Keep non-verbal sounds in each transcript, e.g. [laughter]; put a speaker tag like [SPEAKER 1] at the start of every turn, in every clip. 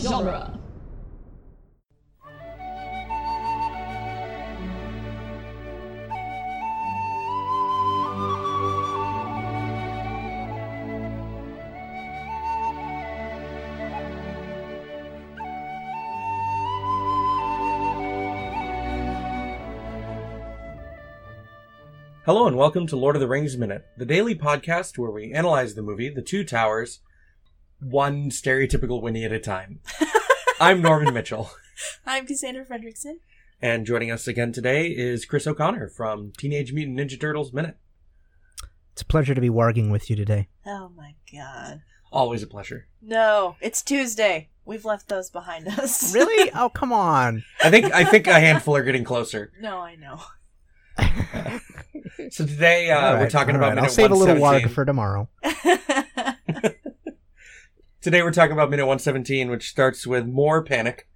[SPEAKER 1] genre.
[SPEAKER 2] Hello and welcome to Lord of the Rings Minute, the daily podcast where we analyze the movie The Two Towers, one stereotypical Winnie at a
[SPEAKER 3] [laughs]
[SPEAKER 2] time. I'm Norman Mitchell,
[SPEAKER 1] I'm Cassandra Fredrickson.
[SPEAKER 2] and joining us again today is Chris O'Connor from Teenage Mutant Ninja Turtles Minute.
[SPEAKER 3] It's a pleasure to be warging with you today.
[SPEAKER 1] Oh my god.
[SPEAKER 2] Always a pleasure.
[SPEAKER 1] No, it's Tuesday. We've left those behind us. [laughs]
[SPEAKER 3] [laughs] Really? oh, come on.
[SPEAKER 2] I think I think a handful are getting closer.
[SPEAKER 1] No, I know. [laughs]
[SPEAKER 2] So today uh,
[SPEAKER 3] All
[SPEAKER 2] we're
[SPEAKER 3] right,
[SPEAKER 2] talking
[SPEAKER 3] all
[SPEAKER 2] about
[SPEAKER 3] right.
[SPEAKER 2] minute
[SPEAKER 3] I'll save a little
[SPEAKER 2] 117.
[SPEAKER 3] warg for tomorrow.
[SPEAKER 2] Today we're talking about minute 117, which starts with more panic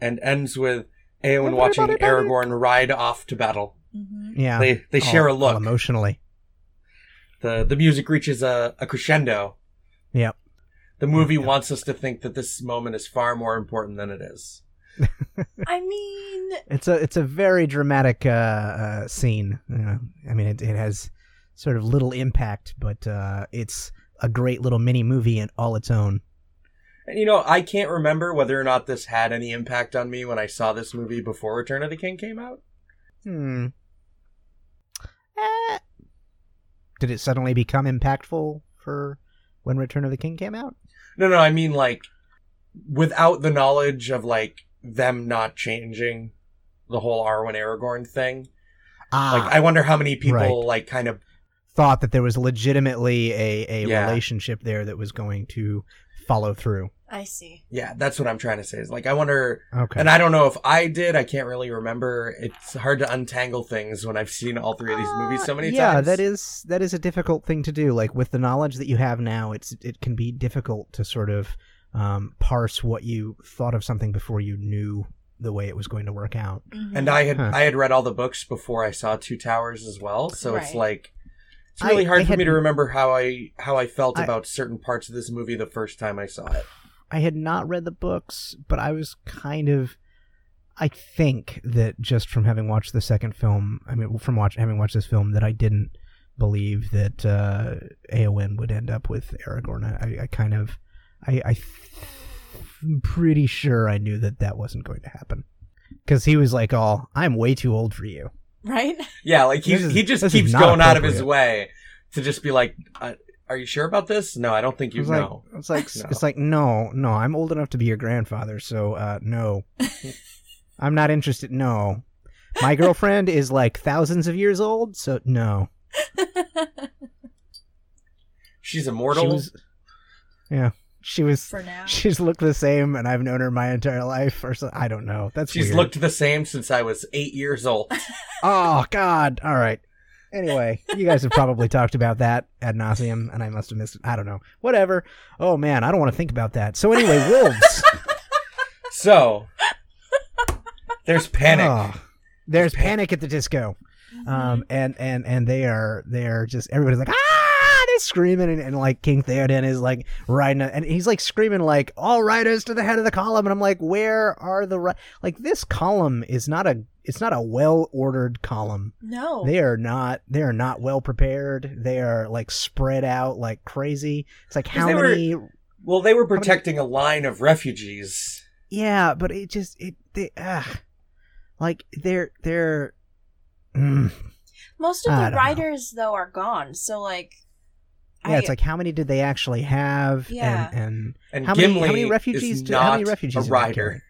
[SPEAKER 2] and ends with Eowyn
[SPEAKER 3] Everybody
[SPEAKER 2] watching
[SPEAKER 3] panic.
[SPEAKER 2] Aragorn ride off to battle.
[SPEAKER 1] Mhm.
[SPEAKER 3] Yeah. Oh,
[SPEAKER 2] They they
[SPEAKER 3] All-
[SPEAKER 2] share a
[SPEAKER 3] all
[SPEAKER 2] look.
[SPEAKER 3] emotionally.
[SPEAKER 2] the the music reaches a, a crescendo.
[SPEAKER 3] Yep.
[SPEAKER 2] The movie
[SPEAKER 3] Yeah.
[SPEAKER 2] wants us to think that this moment is far more important than it is.
[SPEAKER 1] I mean,
[SPEAKER 3] It's a it's a very dramatic uh, uh, scene. You know, I mean, it, it has sort of little impact, but uh, it's a great little mini movie and all its own.
[SPEAKER 2] And you know, I can't remember whether or not this had any impact on me when I saw this movie before Return of the King came out.
[SPEAKER 3] Hmm. Eh. Did it suddenly become impactful for when Return of the King came out?
[SPEAKER 2] No, no, I mean like without the knowledge of like them not changing the whole Arwen Aragorn thing.
[SPEAKER 3] Ah,
[SPEAKER 2] Like I wonder how many people
[SPEAKER 3] Right.
[SPEAKER 2] like kind of
[SPEAKER 3] thought that there was legitimately a, a
[SPEAKER 2] Yeah.
[SPEAKER 3] relationship there that was going to follow through.
[SPEAKER 1] I see.
[SPEAKER 2] yeah, that's what I'm trying to say. Is like I wonder
[SPEAKER 3] Okay.
[SPEAKER 2] And I don't know if I did. I can't really remember. It's hard to untangle things when I've seen all three of these movies so many
[SPEAKER 3] Uh, yeah,
[SPEAKER 2] times.
[SPEAKER 3] that is that is a difficult thing to do. Like with the knowledge that you have now, it's it can be difficult to sort of um, parse what you thought of something before you knew the way it was going to work out.
[SPEAKER 1] Mhm.
[SPEAKER 2] And I had
[SPEAKER 3] Huh.
[SPEAKER 2] I had read all the books before I saw Two Towers as well, so it's
[SPEAKER 1] Right.
[SPEAKER 2] like it's
[SPEAKER 3] I-
[SPEAKER 2] really hard
[SPEAKER 3] I
[SPEAKER 2] for me
[SPEAKER 3] had-
[SPEAKER 2] to remember how I how I felt
[SPEAKER 3] I-
[SPEAKER 2] about certain parts of this movie the first time I saw it.
[SPEAKER 3] I had not read the books, but I was kind of I think that just from having watched the second film, I mean from watch having watched this film that I didn't believe that uh Aowen would end up with Aragorn. I, I kind of I, I am pretty sure I knew that that wasn't going to happen. Cuz he was like, "Oh, I'm way too old for you."
[SPEAKER 1] right?
[SPEAKER 2] Yeah, like he
[SPEAKER 3] This is-
[SPEAKER 2] he just
[SPEAKER 3] this is
[SPEAKER 2] keeps
[SPEAKER 3] not
[SPEAKER 2] going out of his
[SPEAKER 3] appropriate.
[SPEAKER 2] way to just be like, uh, "Are you sure about this? No, I don't think [laughs] you
[SPEAKER 3] It's like,
[SPEAKER 2] know."
[SPEAKER 3] it's like
[SPEAKER 2] No.
[SPEAKER 3] it's like no, no, I'm old enough to be your grandfather, so uh, no, I'm not interested. No, my girlfriend is like thousands of years old, so no.
[SPEAKER 2] She's immortal.
[SPEAKER 3] She was, yeah, she was.
[SPEAKER 1] For now.
[SPEAKER 3] She's looked the same, and I've known her my entire life, or so. I don't know. That's
[SPEAKER 2] She's
[SPEAKER 3] weird.
[SPEAKER 2] looked the same since I was eight years old.
[SPEAKER 3] Oh God! All right. Anyway, you guys have probably talked about that ad nauseum, and I must have missed it. I don't know. Whatever. Oh man, I don't want to think about that.
[SPEAKER 2] [laughs]
[SPEAKER 3] So anyway, wolves.
[SPEAKER 2] So there's panic.
[SPEAKER 3] Oh, there's
[SPEAKER 2] Pan-
[SPEAKER 3] panic at the disco.
[SPEAKER 1] Mm-hmm.
[SPEAKER 3] Um, and, and, and they are, they're just, everybody's like, ah, they're screaming. And, and like King Theoden is like riding, a, and he's like screaming like, all riders to the head of the column. And I'm like, where are the, ri-? like this column is not a, it's not a well ordered column.
[SPEAKER 1] No.
[SPEAKER 3] They are not, they are not well prepared. They are like spread out like crazy. It's like how
[SPEAKER 2] they were-
[SPEAKER 3] many
[SPEAKER 2] Well, they were protecting a line of refugees.
[SPEAKER 3] Yeah, but it just it they ah, like they're they're mm.
[SPEAKER 1] Most of
[SPEAKER 3] I
[SPEAKER 1] the
[SPEAKER 3] don't know.
[SPEAKER 1] riders though are gone, so like
[SPEAKER 3] yeah.
[SPEAKER 1] I,
[SPEAKER 3] it's like how many did they actually have?
[SPEAKER 1] Yeah.
[SPEAKER 3] and, and
[SPEAKER 2] And
[SPEAKER 3] how many
[SPEAKER 2] Gimli
[SPEAKER 3] how many refugees?
[SPEAKER 2] is
[SPEAKER 3] do, how many
[SPEAKER 2] not
[SPEAKER 3] refugees?
[SPEAKER 2] a
[SPEAKER 3] have they
[SPEAKER 2] rider.
[SPEAKER 3] killed?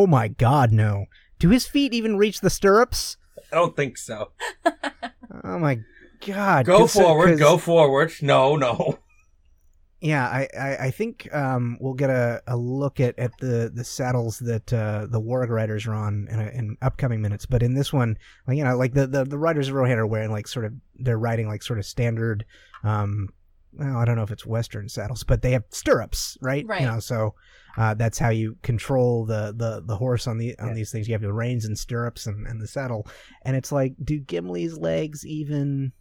[SPEAKER 3] Oh my God, no! Do his feet even reach the stirrups?
[SPEAKER 2] I don't think so.
[SPEAKER 3] Oh my God!
[SPEAKER 2] Go
[SPEAKER 3] 'Cause so-
[SPEAKER 2] forward,
[SPEAKER 3] 'cause-
[SPEAKER 2] go forward. No, no. [laughs]
[SPEAKER 3] Yeah, I, I, I think um, we'll get a, a look at, at the, the saddles that uh, the Warg riders are on in, in upcoming minutes. But in this one, like, you know, like the, the, the riders of Rohan are wearing like sort of they're riding like sort of standard. Um, well, I don't know if it's Western saddles, but they have stirrups, right?
[SPEAKER 1] Right.
[SPEAKER 3] You know, so uh, that's how you control the, the, the horse on the on
[SPEAKER 2] Yeah.
[SPEAKER 3] these things. You have the reins and stirrups and, and the saddle. And it's like, do Gimli's legs even?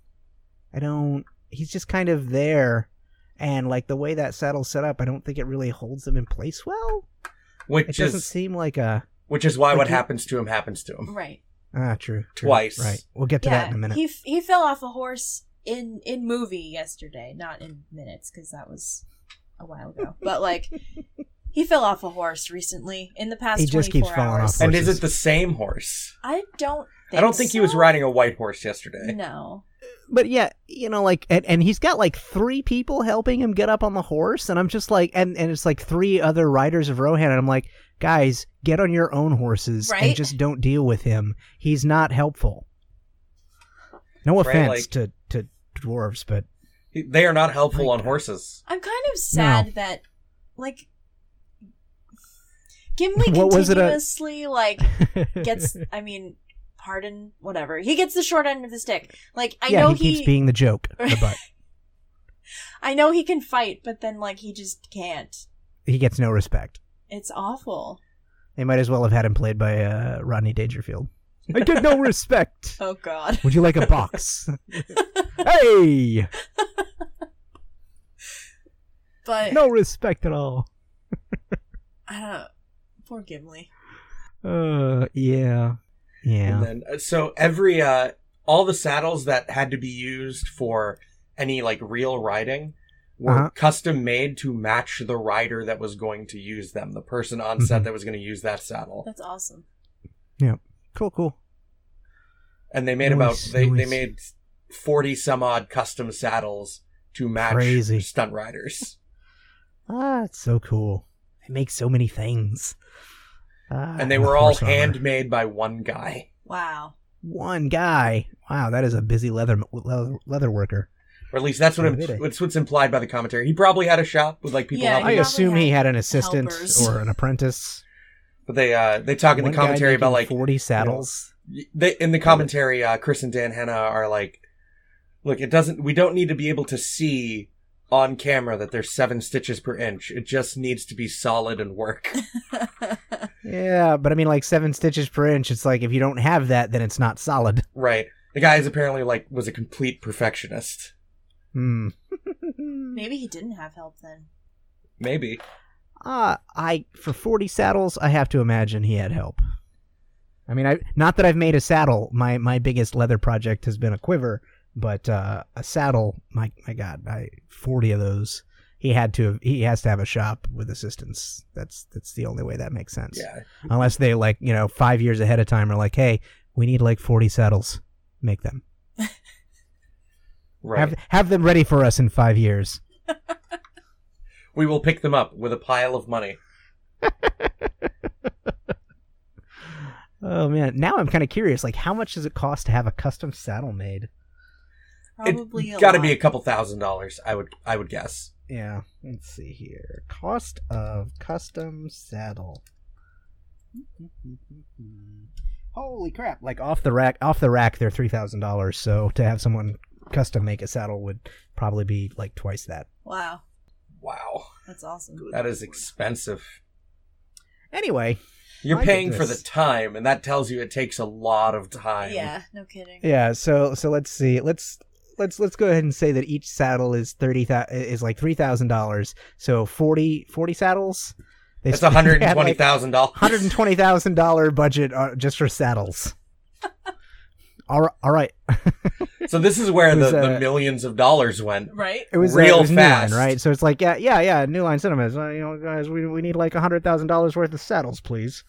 [SPEAKER 3] I don't. He's just kind of there and like the way that saddle's set up, I don't think it really holds them in place well. It
[SPEAKER 2] which
[SPEAKER 3] doesn't
[SPEAKER 2] is
[SPEAKER 3] seem like a
[SPEAKER 2] which is why
[SPEAKER 3] like
[SPEAKER 2] what
[SPEAKER 3] you-
[SPEAKER 2] happens to him happens to him.
[SPEAKER 1] Right.
[SPEAKER 3] ah true, true.
[SPEAKER 2] Twice.
[SPEAKER 3] Right. We'll get to that in a minute.
[SPEAKER 1] He f- he fell off a horse in in movie yesterday, not in minutes because that was a while ago. But like he fell off a horse recently in the past.
[SPEAKER 3] He just
[SPEAKER 1] 24
[SPEAKER 3] keeps falling
[SPEAKER 1] hours.
[SPEAKER 3] off
[SPEAKER 2] And is
[SPEAKER 3] Horses.
[SPEAKER 2] it the same horse?
[SPEAKER 1] I don't. Think
[SPEAKER 2] I don't think he was
[SPEAKER 1] so.
[SPEAKER 2] riding a white horse yesterday.
[SPEAKER 1] No.
[SPEAKER 3] but yeah, you know, like, and, and he's got like three people helping him get up on the horse, and I'm just like, and and it's like three other riders of Rohan, and I'm like, guys, get on your own horses and
[SPEAKER 1] Right?
[SPEAKER 3] just don't deal with him. He's not helpful. No
[SPEAKER 2] Right,
[SPEAKER 3] offense
[SPEAKER 2] like-
[SPEAKER 3] to to dwarves,
[SPEAKER 1] [laughs]
[SPEAKER 3] but
[SPEAKER 2] He- They are not helpful
[SPEAKER 3] Like
[SPEAKER 2] on
[SPEAKER 3] that.
[SPEAKER 2] horses.
[SPEAKER 1] I'm kind of sad that like Gimli
[SPEAKER 3] [laughs] What was it, uh,
[SPEAKER 1] continuously like
[SPEAKER 3] [laughs]
[SPEAKER 1] gets I mean, pardon, whatever. He gets the short end of the stick. Like I
[SPEAKER 3] yeah,
[SPEAKER 1] know
[SPEAKER 3] he,
[SPEAKER 1] he,
[SPEAKER 3] keeps being the joke,
[SPEAKER 1] [laughs]
[SPEAKER 3] the butt.
[SPEAKER 1] I know he can fight, but then like he just can't.
[SPEAKER 3] he gets no respect.
[SPEAKER 1] It's awful.
[SPEAKER 3] They might as well have had him played by uh, Rodney Dangerfield. I get no respect.
[SPEAKER 1] Oh god.
[SPEAKER 3] [laughs]
[SPEAKER 1] [laughs]
[SPEAKER 3] Would you like a box? [laughs] hey,
[SPEAKER 1] But
[SPEAKER 3] no respect at all.
[SPEAKER 1] I don't know. Poor Gimli.
[SPEAKER 3] Uh, yeah,
[SPEAKER 2] And
[SPEAKER 3] yeah.
[SPEAKER 2] then uh, so every uh all the saddles that had to be used for any like real riding were
[SPEAKER 3] Uh-huh.
[SPEAKER 2] custom made to match the rider that was going to use them, the person on
[SPEAKER 3] Mm-hmm.
[SPEAKER 2] set that was going to use that saddle.
[SPEAKER 1] That's awesome.
[SPEAKER 3] Cool, cool.
[SPEAKER 2] and they made
[SPEAKER 3] Nice,
[SPEAKER 2] about they, they
[SPEAKER 3] nice.
[SPEAKER 2] made 40 some odd custom saddles to match
[SPEAKER 3] Crazy.
[SPEAKER 2] stunt
[SPEAKER 3] [laughs]
[SPEAKER 2] riders
[SPEAKER 3] Ah, it's so cool. They make so many things. Ah,
[SPEAKER 2] and they
[SPEAKER 3] the
[SPEAKER 2] were all
[SPEAKER 3] horse armor.
[SPEAKER 2] handmade by one guy
[SPEAKER 1] Wow. [laughs]
[SPEAKER 3] One guy. Wow, that is a busy leather leather, leather worker.
[SPEAKER 2] or at least that's what
[SPEAKER 3] Oh,
[SPEAKER 2] im-
[SPEAKER 3] did they?
[SPEAKER 2] that's what's implied by the commentary he probably had a shop with like people
[SPEAKER 1] Yeah,
[SPEAKER 2] helping
[SPEAKER 3] I
[SPEAKER 1] he
[SPEAKER 2] him.
[SPEAKER 1] probably
[SPEAKER 3] assume he
[SPEAKER 1] had
[SPEAKER 3] had an assistant
[SPEAKER 1] helpers.
[SPEAKER 3] or an apprentice.
[SPEAKER 2] but they uh they talk in
[SPEAKER 3] One
[SPEAKER 2] the
[SPEAKER 3] guy
[SPEAKER 2] commentary about
[SPEAKER 3] making
[SPEAKER 2] like
[SPEAKER 3] forty saddles.
[SPEAKER 2] they in the commentary uh chris and dan Hanna are like look it doesn't we don't need to be able to see on camera that there's seven stitches per inch it just needs to be solid and work [laughs]
[SPEAKER 3] Yeah, but I mean, like seven stitches per inch. It's like if you don't have that, then it's not solid.
[SPEAKER 2] right the guy is apparently like was a complete perfectionist
[SPEAKER 3] Hmm.
[SPEAKER 1] Maybe he didn't have help then.
[SPEAKER 2] Maybe.
[SPEAKER 3] Ah, I for forty saddles, I have to imagine he had help. I mean, I not that I've made a saddle. My my biggest leather project has been a quiver, but uh, a saddle. My my God, I forty of those. He had to. He has to have a shop with assistants. That's that's the only way that makes sense.
[SPEAKER 2] Yeah.
[SPEAKER 3] Unless they like you know five years ahead of time are like, hey, we need like forty saddles. Make them.
[SPEAKER 2] Right.
[SPEAKER 3] Have have them ready for us in five years.
[SPEAKER 2] we will pick them up with a pile of money.
[SPEAKER 3] Oh man, now I'm kind of curious. Like, how much does it cost to have a custom saddle made?
[SPEAKER 1] Probably a
[SPEAKER 2] got to
[SPEAKER 1] lot.
[SPEAKER 2] be a couple thousand dollars. I would. I would guess.
[SPEAKER 3] Yeah, let's see here. Cost of custom saddle. Holy crap! Like off the rack, off the rack, they're three thousand dollars. So to have someone custom make a saddle would probably be like twice that.
[SPEAKER 1] Wow.
[SPEAKER 2] Wow,
[SPEAKER 1] That's awesome.
[SPEAKER 2] that is expensive.
[SPEAKER 3] Anyway,
[SPEAKER 2] You're
[SPEAKER 3] My
[SPEAKER 2] paying for
[SPEAKER 3] goodness.
[SPEAKER 2] the time, and that tells you it takes a lot of time.
[SPEAKER 1] Yeah, no kidding.
[SPEAKER 3] yeah. So so let's see. Let's let's let's go ahead and say that each saddle is thirty is like three thousand dollars. So 40, 40 saddles. They
[SPEAKER 2] That's
[SPEAKER 3] spent-
[SPEAKER 2] one
[SPEAKER 3] [laughs] they
[SPEAKER 2] hundred and
[SPEAKER 3] had,
[SPEAKER 2] twenty
[SPEAKER 3] like,
[SPEAKER 2] thousand dollars.
[SPEAKER 3] [laughs] hundred and twenty thousand dollar budget uh, just
[SPEAKER 2] [laughs]
[SPEAKER 3] for saddles. all right, all right.
[SPEAKER 2] So this is where
[SPEAKER 3] It
[SPEAKER 2] the,
[SPEAKER 3] was,
[SPEAKER 2] the
[SPEAKER 3] uh,
[SPEAKER 2] millions of dollars went.
[SPEAKER 1] Right?
[SPEAKER 3] It was
[SPEAKER 2] Real
[SPEAKER 3] uh, it was New
[SPEAKER 2] fast.
[SPEAKER 3] Line, right? So it's like, yeah, yeah, yeah. New Line Cinemas, uh, you know, guys, we we need like hundred thousand dollars worth of saddles, please.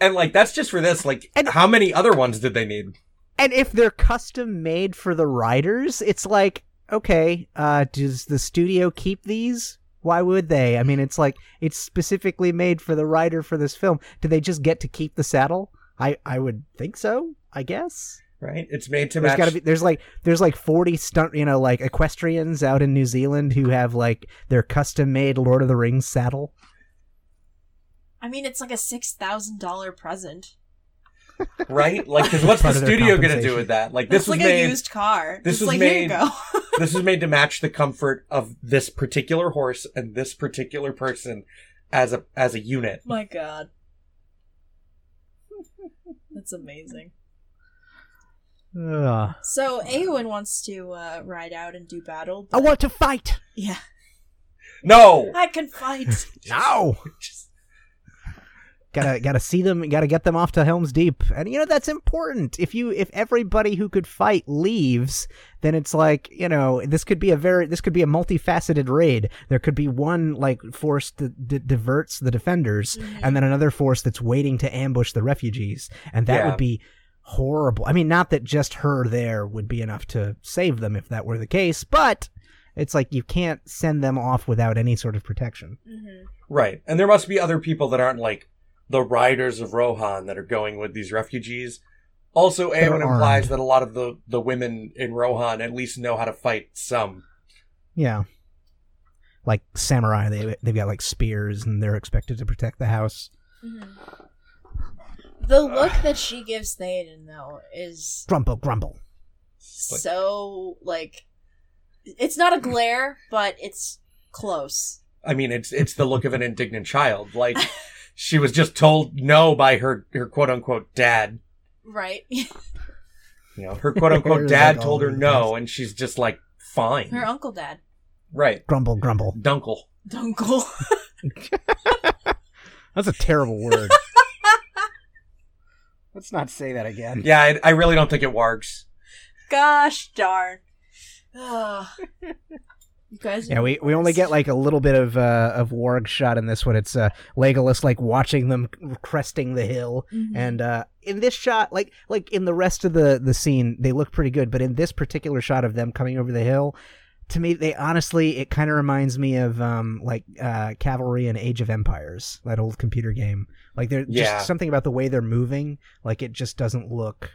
[SPEAKER 2] And like that's just for this. Like,
[SPEAKER 3] And-
[SPEAKER 2] how many other ones did they need?
[SPEAKER 3] And if they're custom made for the riders, it's like, okay, uh, does the studio keep these? Why would they? I mean, it's like it's specifically made for the rider for this film. Do they just get to keep the saddle? I I would think so. I guess.
[SPEAKER 2] Right. It's made to
[SPEAKER 3] There's
[SPEAKER 2] match.
[SPEAKER 3] gotta be [laughs] there's like there's like forty stunt you know like equestrians out in New Zealand who have like their custom made Lord of the Rings saddle.
[SPEAKER 1] I mean, it's like a $6,000 present.
[SPEAKER 2] Right. Like, because what's the
[SPEAKER 3] Part of their
[SPEAKER 2] studio going to do
[SPEAKER 3] compensation.
[SPEAKER 2] with that? Like,
[SPEAKER 1] That's
[SPEAKER 2] this
[SPEAKER 1] like
[SPEAKER 2] was made.
[SPEAKER 1] a used car.
[SPEAKER 2] this
[SPEAKER 1] It's
[SPEAKER 2] was
[SPEAKER 1] like,
[SPEAKER 2] made-
[SPEAKER 1] here you go.
[SPEAKER 2] [laughs]
[SPEAKER 1] [laughs]
[SPEAKER 2] this is made to match the comfort of this particular horse and this particular person as a as a unit.
[SPEAKER 1] My god. [laughs] That's amazing.
[SPEAKER 3] Ugh.
[SPEAKER 1] So Eowyn wants to uh, ride out and do battle.
[SPEAKER 3] I
[SPEAKER 1] But...
[SPEAKER 3] want to fight
[SPEAKER 1] Yeah.
[SPEAKER 2] No, [laughs]
[SPEAKER 1] I can fight. Mm-hmm,
[SPEAKER 3] now.
[SPEAKER 2] Just-
[SPEAKER 3] gotta gotta see them gotta get them off to helms deep and you know that's important if you if everybody who could fight leaves then it's like you know this could be a very this could be a multifaceted raid there could be one like force that d- diverts the defenders and then another force that's waiting to ambush the refugees and that
[SPEAKER 2] Yeah.
[SPEAKER 3] would be horrible i mean not that just her there would be enough to save them if that were the case but it's like you can't send them off without any sort of protection
[SPEAKER 1] Mhm.
[SPEAKER 2] Right. And there must be other people that aren't like the riders of Rohan that are going with these refugees. Also,
[SPEAKER 3] That are
[SPEAKER 2] Aowen implies
[SPEAKER 3] armed.
[SPEAKER 2] that a lot of the, the women in Rohan at least know how to fight some.
[SPEAKER 3] Yeah. Like samurai, they they've got like spears and they're expected to protect the house.
[SPEAKER 1] Mhm. mm-hmm. The look that she gives Theoden though is
[SPEAKER 3] Grumble, grumble.
[SPEAKER 2] Like-
[SPEAKER 1] so like it's not a glare, but it's close.
[SPEAKER 2] I mean, it's it's the look of an indignant child. Like she was just told no by her her quote unquote dad.
[SPEAKER 1] Right. [laughs]
[SPEAKER 2] You [laughs] know, her quote unquote
[SPEAKER 3] Like
[SPEAKER 2] dad
[SPEAKER 3] all
[SPEAKER 2] told her
[SPEAKER 3] over the
[SPEAKER 2] no,
[SPEAKER 3] place.
[SPEAKER 2] and she's just like fine.
[SPEAKER 1] Her uncle dad.
[SPEAKER 2] Right,
[SPEAKER 3] Grumble, grumble.
[SPEAKER 2] Dunkle.
[SPEAKER 1] Dunkle. [laughs]
[SPEAKER 3] That's a terrible word. Let's not say that again.
[SPEAKER 2] Yeah, I, I really don't think it works.
[SPEAKER 1] Gosh darn. Ugh. you guys
[SPEAKER 3] Yeah, we, we only get like a little bit of uh, of warg shot in this one. It's uh, Legolas like watching them cresting the hill,
[SPEAKER 1] Mhm.
[SPEAKER 3] and uh, in this shot, like like in the rest of the the scene, they look pretty good. But in this particular shot of them coming over the hill, to me, they honestly, it kind of reminds me of um like uh, Cavalry and Age of Empires, that old computer game. Like they're
[SPEAKER 2] Yeah.
[SPEAKER 3] just something about the way they're moving. Like it just doesn't look.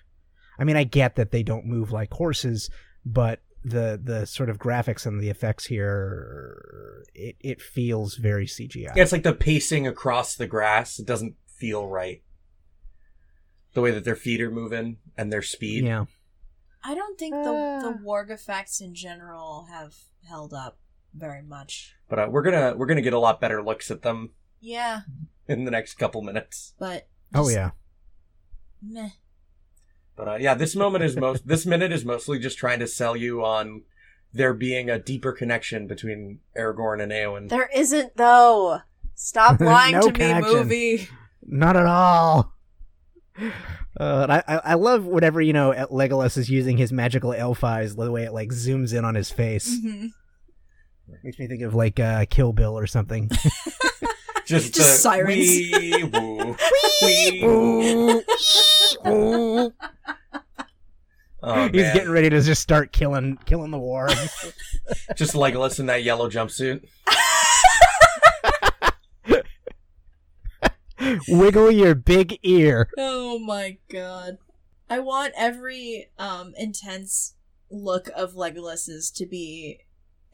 [SPEAKER 3] I mean, I get that they don't move like horses, but the the sort of graphics and the effects here, it it feels very CGI.
[SPEAKER 2] Yeah, it's like the pacing across the grass. It doesn't feel right. The way that their feet are moving and their speed.
[SPEAKER 3] Yeah.
[SPEAKER 1] I don't think the
[SPEAKER 3] Ah.
[SPEAKER 1] the warg effects in general have held up very much.
[SPEAKER 2] But uh, we're gonna we're gonna get a lot better looks at them
[SPEAKER 1] Yeah,
[SPEAKER 2] in the next couple minutes.
[SPEAKER 1] but
[SPEAKER 3] Oh
[SPEAKER 1] just
[SPEAKER 3] yeah.
[SPEAKER 1] meh.
[SPEAKER 2] But uh, yeah, this moment is most this minute is mostly just trying to sell you on there being a deeper connection between Aragorn and Eowyn.
[SPEAKER 1] There isn't though.
[SPEAKER 3] [laughs]
[SPEAKER 1] Stop lying
[SPEAKER 3] No
[SPEAKER 1] to
[SPEAKER 3] connection.
[SPEAKER 1] me, movie.
[SPEAKER 3] Not at all. Uh, and I, I I love whenever you know Legolas is using his magical elf eyes the way it like zooms in on his face
[SPEAKER 1] [laughs] Mhm.
[SPEAKER 3] makes me think of like uh, Kill Bill or something.
[SPEAKER 2] Just,
[SPEAKER 1] Just
[SPEAKER 2] the
[SPEAKER 1] sirens.
[SPEAKER 2] wee woo, wee woo.
[SPEAKER 3] He's
[SPEAKER 2] Oh, man.
[SPEAKER 3] getting ready to just start killing killing the war. [laughs]
[SPEAKER 2] just Legolas in that yellow jumpsuit.
[SPEAKER 3] Wiggle your big ear.
[SPEAKER 1] Oh my god. I want every um intense look of Legolas's to be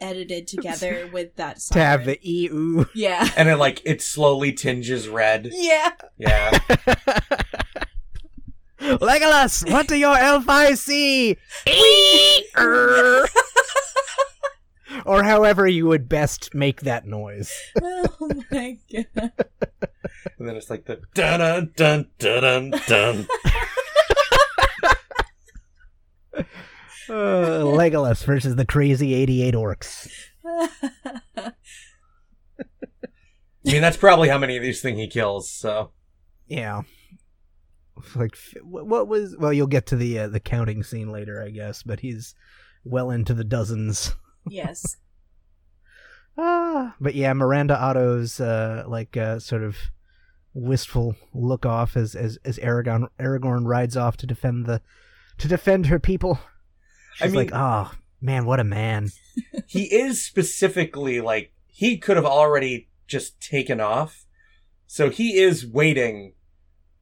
[SPEAKER 1] edited
[SPEAKER 3] [laughs]
[SPEAKER 1] together with that
[SPEAKER 3] To have
[SPEAKER 1] siren.
[SPEAKER 3] the E ee ooh.
[SPEAKER 1] Yeah. [laughs]
[SPEAKER 2] And it like it slowly tinges red.
[SPEAKER 1] Yeah.
[SPEAKER 2] Yeah.
[SPEAKER 3] Legolas, what do your elf eyes see? Err. or however you would best make that noise.
[SPEAKER 1] oh my god.
[SPEAKER 2] And then it's like the dun dun dun dun dun dun.
[SPEAKER 3] Uh, Legolas versus the crazy 88 orcs.
[SPEAKER 2] I mean, that's probably how many of these thing he kills. So
[SPEAKER 3] Yeah. Like f- wh- what was well you'll get to the uh, the counting scene later I guess but he's well into the dozens.
[SPEAKER 1] [laughs] yes.
[SPEAKER 3] Ah, but yeah, Miranda Otto's uh, like uh, sort of wistful look off as as as Aragon Aragorn rides off to defend the to defend her people.
[SPEAKER 2] I
[SPEAKER 3] She's
[SPEAKER 2] mean-
[SPEAKER 3] like, oh man, what a man.
[SPEAKER 2] he is specifically like he could have already just taken off. So he is waiting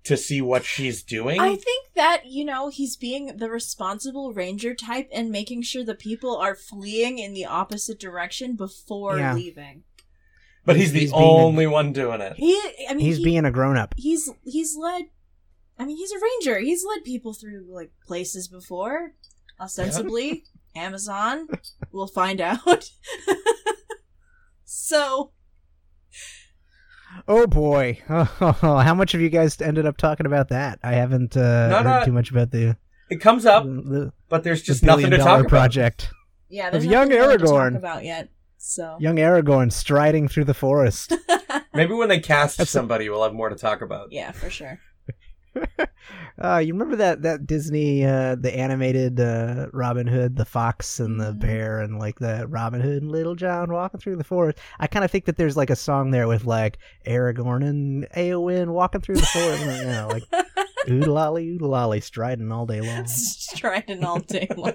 [SPEAKER 2] to see what she's doing.
[SPEAKER 1] I think that, you know, he's being the responsible ranger type and making sure the people are fleeing in the opposite direction before
[SPEAKER 3] Yeah.
[SPEAKER 1] leaving.
[SPEAKER 2] but he's,
[SPEAKER 3] He's
[SPEAKER 2] the
[SPEAKER 3] being-
[SPEAKER 2] only one doing it.
[SPEAKER 1] He I mean
[SPEAKER 3] He's
[SPEAKER 1] he,
[SPEAKER 3] being a grown up.
[SPEAKER 1] he's he's led I mean he's a ranger. He's led people through like places before. Ostensibly. [laughs] Amazon. We'll find out. [laughs] so
[SPEAKER 3] Oh boy, [laughs] how much have you guys ended up talking about that? I haven't uh,
[SPEAKER 2] Not
[SPEAKER 3] heard
[SPEAKER 2] a-
[SPEAKER 3] too much about the
[SPEAKER 2] It comes up,
[SPEAKER 3] the,
[SPEAKER 2] but there's
[SPEAKER 3] the
[SPEAKER 2] just nothing
[SPEAKER 3] billion
[SPEAKER 2] to
[SPEAKER 3] dollar
[SPEAKER 2] talk
[SPEAKER 3] project.
[SPEAKER 1] yeah, there's
[SPEAKER 3] Of young
[SPEAKER 1] nothing really to talk
[SPEAKER 3] Aragorn.
[SPEAKER 1] about yet. So
[SPEAKER 3] Young Aragorn striding through the forest.
[SPEAKER 2] Maybe when they cast
[SPEAKER 3] That's-
[SPEAKER 2] somebody, we'll have more to talk about.
[SPEAKER 1] [laughs] Yeah, for sure. [laughs]
[SPEAKER 3] uh, you remember that that Disney uh, the animated uh, Robin Hood, the fox and the
[SPEAKER 1] Mhm.
[SPEAKER 3] bear, and like the Robin Hood and Little John walking through the forest. I kind of think that there's like a song there with like Aragorn and Eowyn walking through the forest. and, you know, like oodalolly oodalolly striding all day long.
[SPEAKER 1] Striding all day long.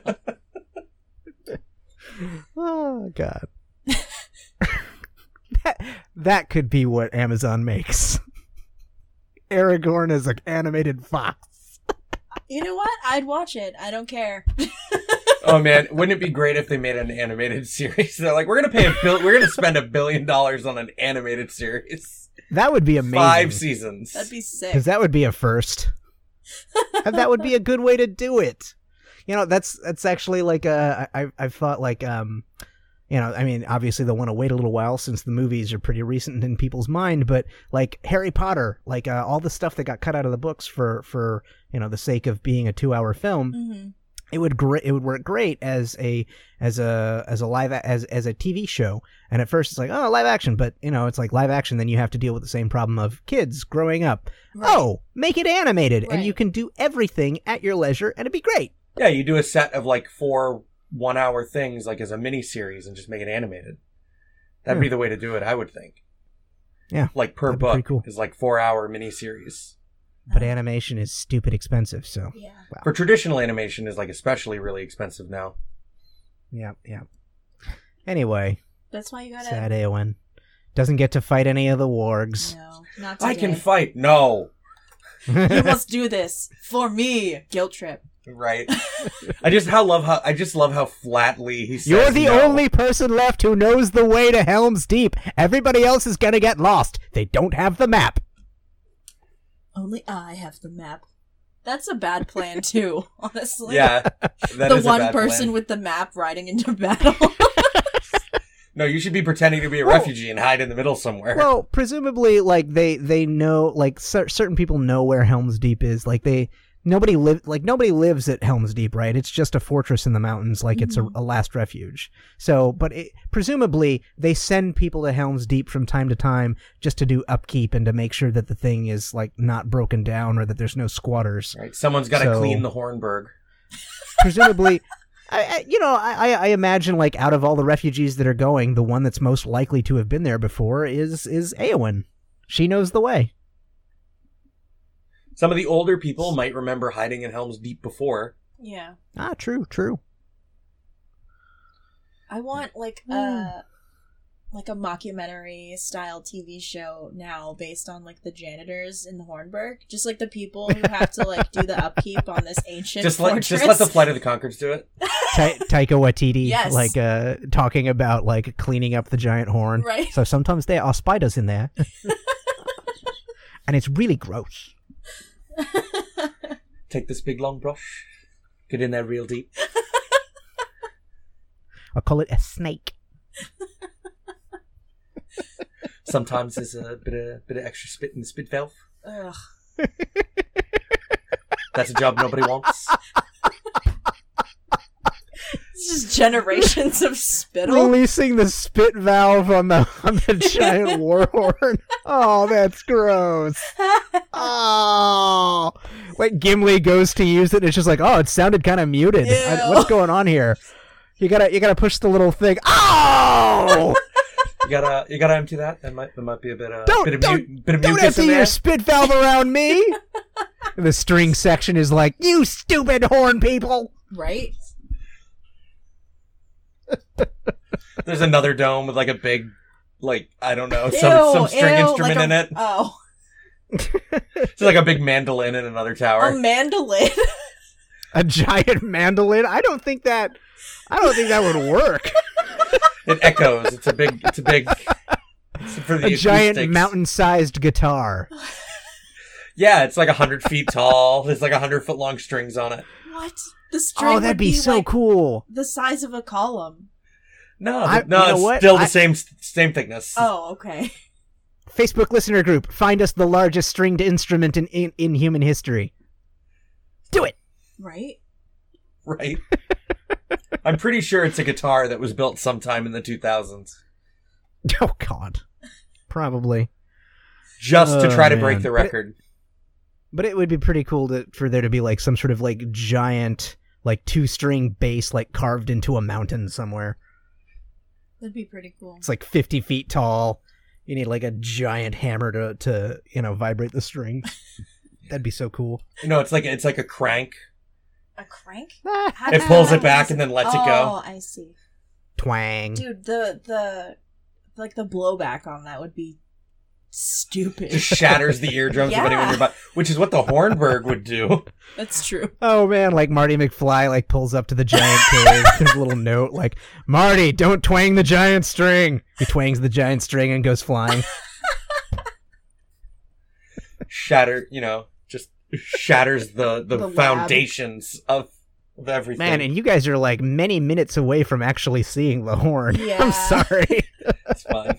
[SPEAKER 3] Oh God. [laughs] that that could be what Amazon makes. [laughs] Aragorn is an animated fox.
[SPEAKER 1] You know what? I'd watch it. I don't care.
[SPEAKER 2] Oh man, wouldn't it be great if they made an animated [laughs] series? They're like, we're gonna pay a bill, we're gonna spend a billion dollars on an animated series,
[SPEAKER 3] That would be amazing.
[SPEAKER 2] five seasons.
[SPEAKER 1] That'd be sick.
[SPEAKER 3] Because that would be a first. And that would be a good way to do it. You know, that's that's actually like uh, I I- I've thought like um, you know, I mean, obviously they'll want to wait a little while since the movies are pretty recent in people's mind, but like Harry Potter, like uh, all the stuff that got cut out of the books for for you know the sake of being a two hour film,
[SPEAKER 1] hmm
[SPEAKER 3] it would gr- it would work great as a as a as a live a- as as a TV show. And at first it's like, oh, live action, but you know, it's like live action then you have to deal with the same problem of kids growing up. Oh, make it animated and you
[SPEAKER 1] Right.
[SPEAKER 3] can do everything at your leisure and it'd be great.
[SPEAKER 2] yeah, you do a set of like four one-hour things, like as a mini series, and just make it animated. That'd be the way to do it, I would think.
[SPEAKER 3] Yeah,
[SPEAKER 2] like per
[SPEAKER 3] that'd be pretty
[SPEAKER 2] book
[SPEAKER 3] cool.
[SPEAKER 2] is like four-hour mini series.
[SPEAKER 1] Oh.
[SPEAKER 3] But animation is stupid expensive, so
[SPEAKER 1] Yeah.
[SPEAKER 2] For traditional animation, is like especially really expensive now.
[SPEAKER 3] yeah, yeah. Anyway,
[SPEAKER 1] That's why you gotta.
[SPEAKER 3] sad Eowyn doesn't get to fight any of the wargs.
[SPEAKER 1] No, not today.
[SPEAKER 2] I can fight. No.
[SPEAKER 3] [laughs]
[SPEAKER 1] you must do this for me. Guilt trip.
[SPEAKER 2] Right. I just how love how I just love how flatly he says
[SPEAKER 3] You're the
[SPEAKER 2] no.
[SPEAKER 3] only person left who knows the way to Helm's Deep. Everybody else is gonna get lost. They don't have the map.
[SPEAKER 1] Only I have the map. That's a bad [laughs] plan too. Honestly. [laughs]
[SPEAKER 2] Yeah. that
[SPEAKER 1] the
[SPEAKER 2] is a
[SPEAKER 1] one
[SPEAKER 2] bad
[SPEAKER 1] person
[SPEAKER 2] plan.
[SPEAKER 1] with the map riding into [laughs] battle.
[SPEAKER 2] No, you should be pretending to be a
[SPEAKER 3] Well-
[SPEAKER 2] refugee and hide in the middle [laughs] somewhere.
[SPEAKER 3] Well, presumably, like they they know, like cer- certain people know where Helm's Deep is. Like they nobody live like nobody lives at Helm's Deep, right? It's just a fortress in the mountains, like it's a,
[SPEAKER 1] Mhm.
[SPEAKER 3] a last refuge. So, but it, presumably they send people to Helm's Deep from time to time just to do upkeep and to make sure that the thing is like not broken down or that there's
[SPEAKER 2] [laughs]
[SPEAKER 3] no squatters.
[SPEAKER 2] right. Someone's got to
[SPEAKER 3] So-
[SPEAKER 2] clean the Hornburg.
[SPEAKER 3] Presumably. I, I, you know, I, I I imagine like out of all the refugees that are going, the one that's most likely to have been there before is is Eowyn. She knows the way.
[SPEAKER 2] Some of the older people might remember hiding in Helm's Deep before.
[SPEAKER 1] yeah.
[SPEAKER 3] Ah, true, true.
[SPEAKER 1] I want [sighs] like
[SPEAKER 3] Hmm.
[SPEAKER 1] a like a mockumentary style TV show now based on like the janitors in the Hornburg, just like the people who have to like do the upkeep on this ancient
[SPEAKER 2] Just let,
[SPEAKER 1] fortress.
[SPEAKER 2] just let the Flight of the Conchords do it.
[SPEAKER 3] Ta- Taika Waititi,
[SPEAKER 1] Yes.
[SPEAKER 3] like uh, talking about like cleaning up the giant horn.
[SPEAKER 1] right.
[SPEAKER 3] So sometimes there are spiders
[SPEAKER 1] [laughs]
[SPEAKER 3] in there, and it's really gross.
[SPEAKER 2] Take this big long brush, get in there real deep.
[SPEAKER 3] I call it a snake.
[SPEAKER 2] Sometimes there's a bit of bit of extra spit in the spit valve.
[SPEAKER 1] Ugh.
[SPEAKER 2] That's a job nobody wants.
[SPEAKER 1] It's just generations of spittle.
[SPEAKER 3] Releasing the spit valve on the on
[SPEAKER 1] [laughs]
[SPEAKER 3] the giant war horn. Oh,
[SPEAKER 1] [laughs]
[SPEAKER 3] that's gross. Oh, like Gimli goes to use it, and it's just like, oh, it sounded kind of muted. I-
[SPEAKER 1] Ew.
[SPEAKER 3] what's going on here? You gotta you gotta push the little thing. Oh.
[SPEAKER 2] You gotta you gotta empty that. That might there might be a bit of
[SPEAKER 3] Don't-
[SPEAKER 2] bit of,
[SPEAKER 3] don't-
[SPEAKER 2] mu- bit of
[SPEAKER 3] Don't
[SPEAKER 2] mucus
[SPEAKER 3] empty
[SPEAKER 2] in there.
[SPEAKER 3] your spit valve around me. [laughs] And the string section is like, you stupid horn people.
[SPEAKER 1] right?
[SPEAKER 2] There's another dome with like a big like I don't know some some string
[SPEAKER 1] ew,
[SPEAKER 2] instrument
[SPEAKER 1] like a-
[SPEAKER 2] in it.
[SPEAKER 1] Oh.
[SPEAKER 2] It's like a big mandolin in another tower.
[SPEAKER 1] A mandolin. [laughs]
[SPEAKER 3] A giant mandolin. I don't think that. I don't think that would work.
[SPEAKER 1] Oh.
[SPEAKER 2] It echoes. It's a big. It's a big. It's for the
[SPEAKER 3] [laughs] A giant
[SPEAKER 2] acoustics.
[SPEAKER 3] mountain-sized guitar.
[SPEAKER 2] Yeah, it's like hundred feet tall. There's like hundred foot long strings on it.
[SPEAKER 1] What? The string
[SPEAKER 3] Oh, that'd
[SPEAKER 1] would
[SPEAKER 3] be, so
[SPEAKER 1] like,
[SPEAKER 3] cool.
[SPEAKER 1] The size of a [laughs] column.
[SPEAKER 2] No, no,
[SPEAKER 3] I- you know
[SPEAKER 2] it's
[SPEAKER 3] what?
[SPEAKER 2] still
[SPEAKER 3] I-
[SPEAKER 2] the same same thickness.
[SPEAKER 1] Oh, okay.
[SPEAKER 3] Facebook listener group, find us the largest stringed instrument in in, in human history. Do it. [laughs]
[SPEAKER 1] Right?
[SPEAKER 2] [laughs] Right. I'm pretty sure it's a guitar that was built sometime in the 2000s.
[SPEAKER 3] Oh God. Probably.
[SPEAKER 2] just to
[SPEAKER 3] Oh,
[SPEAKER 2] try to
[SPEAKER 3] man.
[SPEAKER 2] break the
[SPEAKER 3] But it-
[SPEAKER 2] record.
[SPEAKER 3] But it would be pretty cool to, for there to be like some sort of like giant like two string bass like carved into a mountain somewhere.
[SPEAKER 1] That'd be pretty cool.
[SPEAKER 3] It's like fifty feet tall. You need like a giant hammer to to you know vibrate
[SPEAKER 1] [laughs]
[SPEAKER 3] the string. That'd be so cool.
[SPEAKER 2] You know, it's like it's like a crank. [laughs]
[SPEAKER 1] A crank? How
[SPEAKER 2] It
[SPEAKER 1] does
[SPEAKER 2] pulls it
[SPEAKER 1] happen?
[SPEAKER 2] back and then lets it go. Mm-hmm.
[SPEAKER 1] Oh, I see.
[SPEAKER 3] Twang.
[SPEAKER 1] Dude, the the like the blowback on that would be
[SPEAKER 2] [laughs]
[SPEAKER 1] stupid.
[SPEAKER 2] Just shatters the eardrums of anyone
[SPEAKER 1] Yeah.
[SPEAKER 2] nearby, which is what the Hornberg would do.
[SPEAKER 1] That's true.
[SPEAKER 3] Oh man, like Marty McFly like pulls up to
[SPEAKER 1] [laughs]
[SPEAKER 3] the giant cave. There's a little note like, Marty, don't twang the giant string. He twangs the giant string and goes
[SPEAKER 1] [laughs]
[SPEAKER 3] flying.
[SPEAKER 2] Shatter, you know, just shatters the the,
[SPEAKER 1] The lab.
[SPEAKER 2] foundations of of everything.
[SPEAKER 3] Man, and you guys are like many minutes away from actually seeing the horn. [laughs]
[SPEAKER 1] Yeah.
[SPEAKER 3] I'm sorry.
[SPEAKER 1] [laughs]
[SPEAKER 2] it's
[SPEAKER 3] [laughs]
[SPEAKER 2] fine.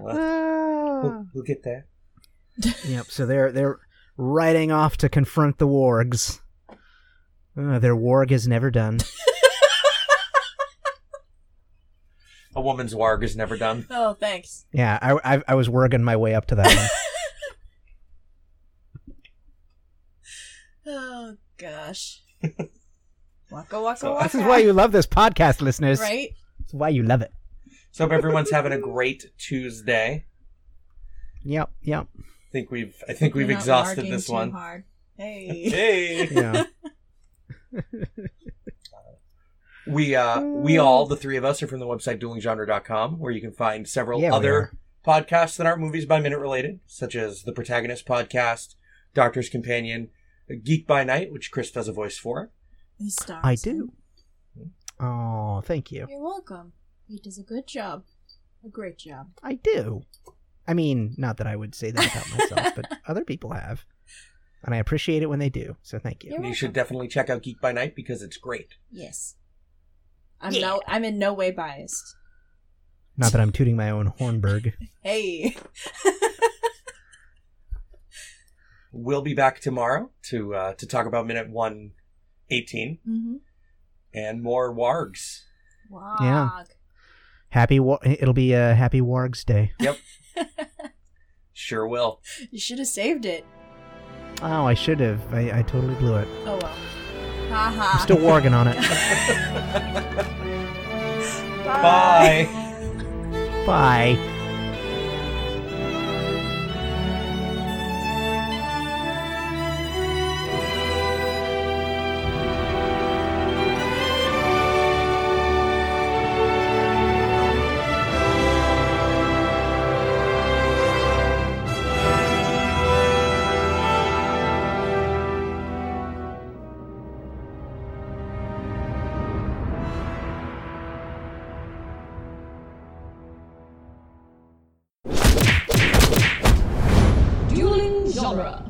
[SPEAKER 2] Well,
[SPEAKER 3] Ah.
[SPEAKER 2] we'll, we'll get there.
[SPEAKER 1] Ah.
[SPEAKER 3] yep. So they're they're riding off to confront the wargs. Uh, their warg is never done.
[SPEAKER 2] A woman's warg is never done.
[SPEAKER 1] Oh, thanks.
[SPEAKER 3] Yeah, I I, I was warging my way up to that one.
[SPEAKER 1] Oh
[SPEAKER 2] [laughs]
[SPEAKER 1] gosh. Waka waka
[SPEAKER 2] So-
[SPEAKER 1] waka.
[SPEAKER 3] this is why you love this podcast, listeners.
[SPEAKER 1] right.
[SPEAKER 3] This is why you love it.
[SPEAKER 2] So hope everyone's having a great Tuesday.
[SPEAKER 3] Yep. Yep.
[SPEAKER 2] I think we've I think we've
[SPEAKER 1] You're not
[SPEAKER 2] exhausted
[SPEAKER 1] barking
[SPEAKER 2] this
[SPEAKER 1] too
[SPEAKER 2] one.
[SPEAKER 1] Hard. Hey.
[SPEAKER 2] Hey.
[SPEAKER 3] Yeah.
[SPEAKER 2] [laughs] We uh we all, the three of us, are from the website duelinggenre.com where you can find several
[SPEAKER 3] Yeah, we
[SPEAKER 2] other
[SPEAKER 3] are.
[SPEAKER 2] podcasts that aren't movies by minute related, such as the Protagonist Podcast, Doctor's Companion, Geek by Night, which Chris does a voice for.
[SPEAKER 1] He stops.
[SPEAKER 3] I do. Oh, thank you.
[SPEAKER 1] You're welcome. He does a good job. A great job.
[SPEAKER 3] I do. I mean, not that I would say that about myself, but other people have. And I appreciate it when they do. So thank you.
[SPEAKER 1] You're
[SPEAKER 2] And you should
[SPEAKER 1] welcome.
[SPEAKER 2] definitely check out Geek by Night because it's great.
[SPEAKER 1] Yes. I'm
[SPEAKER 3] Yeah.
[SPEAKER 1] no I'm in no way biased.
[SPEAKER 3] Not that I'm tooting my own Hornberg.
[SPEAKER 1] Hey.
[SPEAKER 2] We'll be back tomorrow to uh to talk about minute one eighteen
[SPEAKER 1] mm-hmm.
[SPEAKER 2] and more wargs.
[SPEAKER 1] Wow.
[SPEAKER 3] Yeah. Happy wa- it'll be a happy Wargs day.
[SPEAKER 2] Sure will.
[SPEAKER 1] You should have saved it.
[SPEAKER 3] Oh, I should have. I, I totally blew it.
[SPEAKER 1] Oh well. Ha ha.
[SPEAKER 3] I'm still warging on it.
[SPEAKER 2] Bye.
[SPEAKER 3] Bye.
[SPEAKER 4] Dueling genre.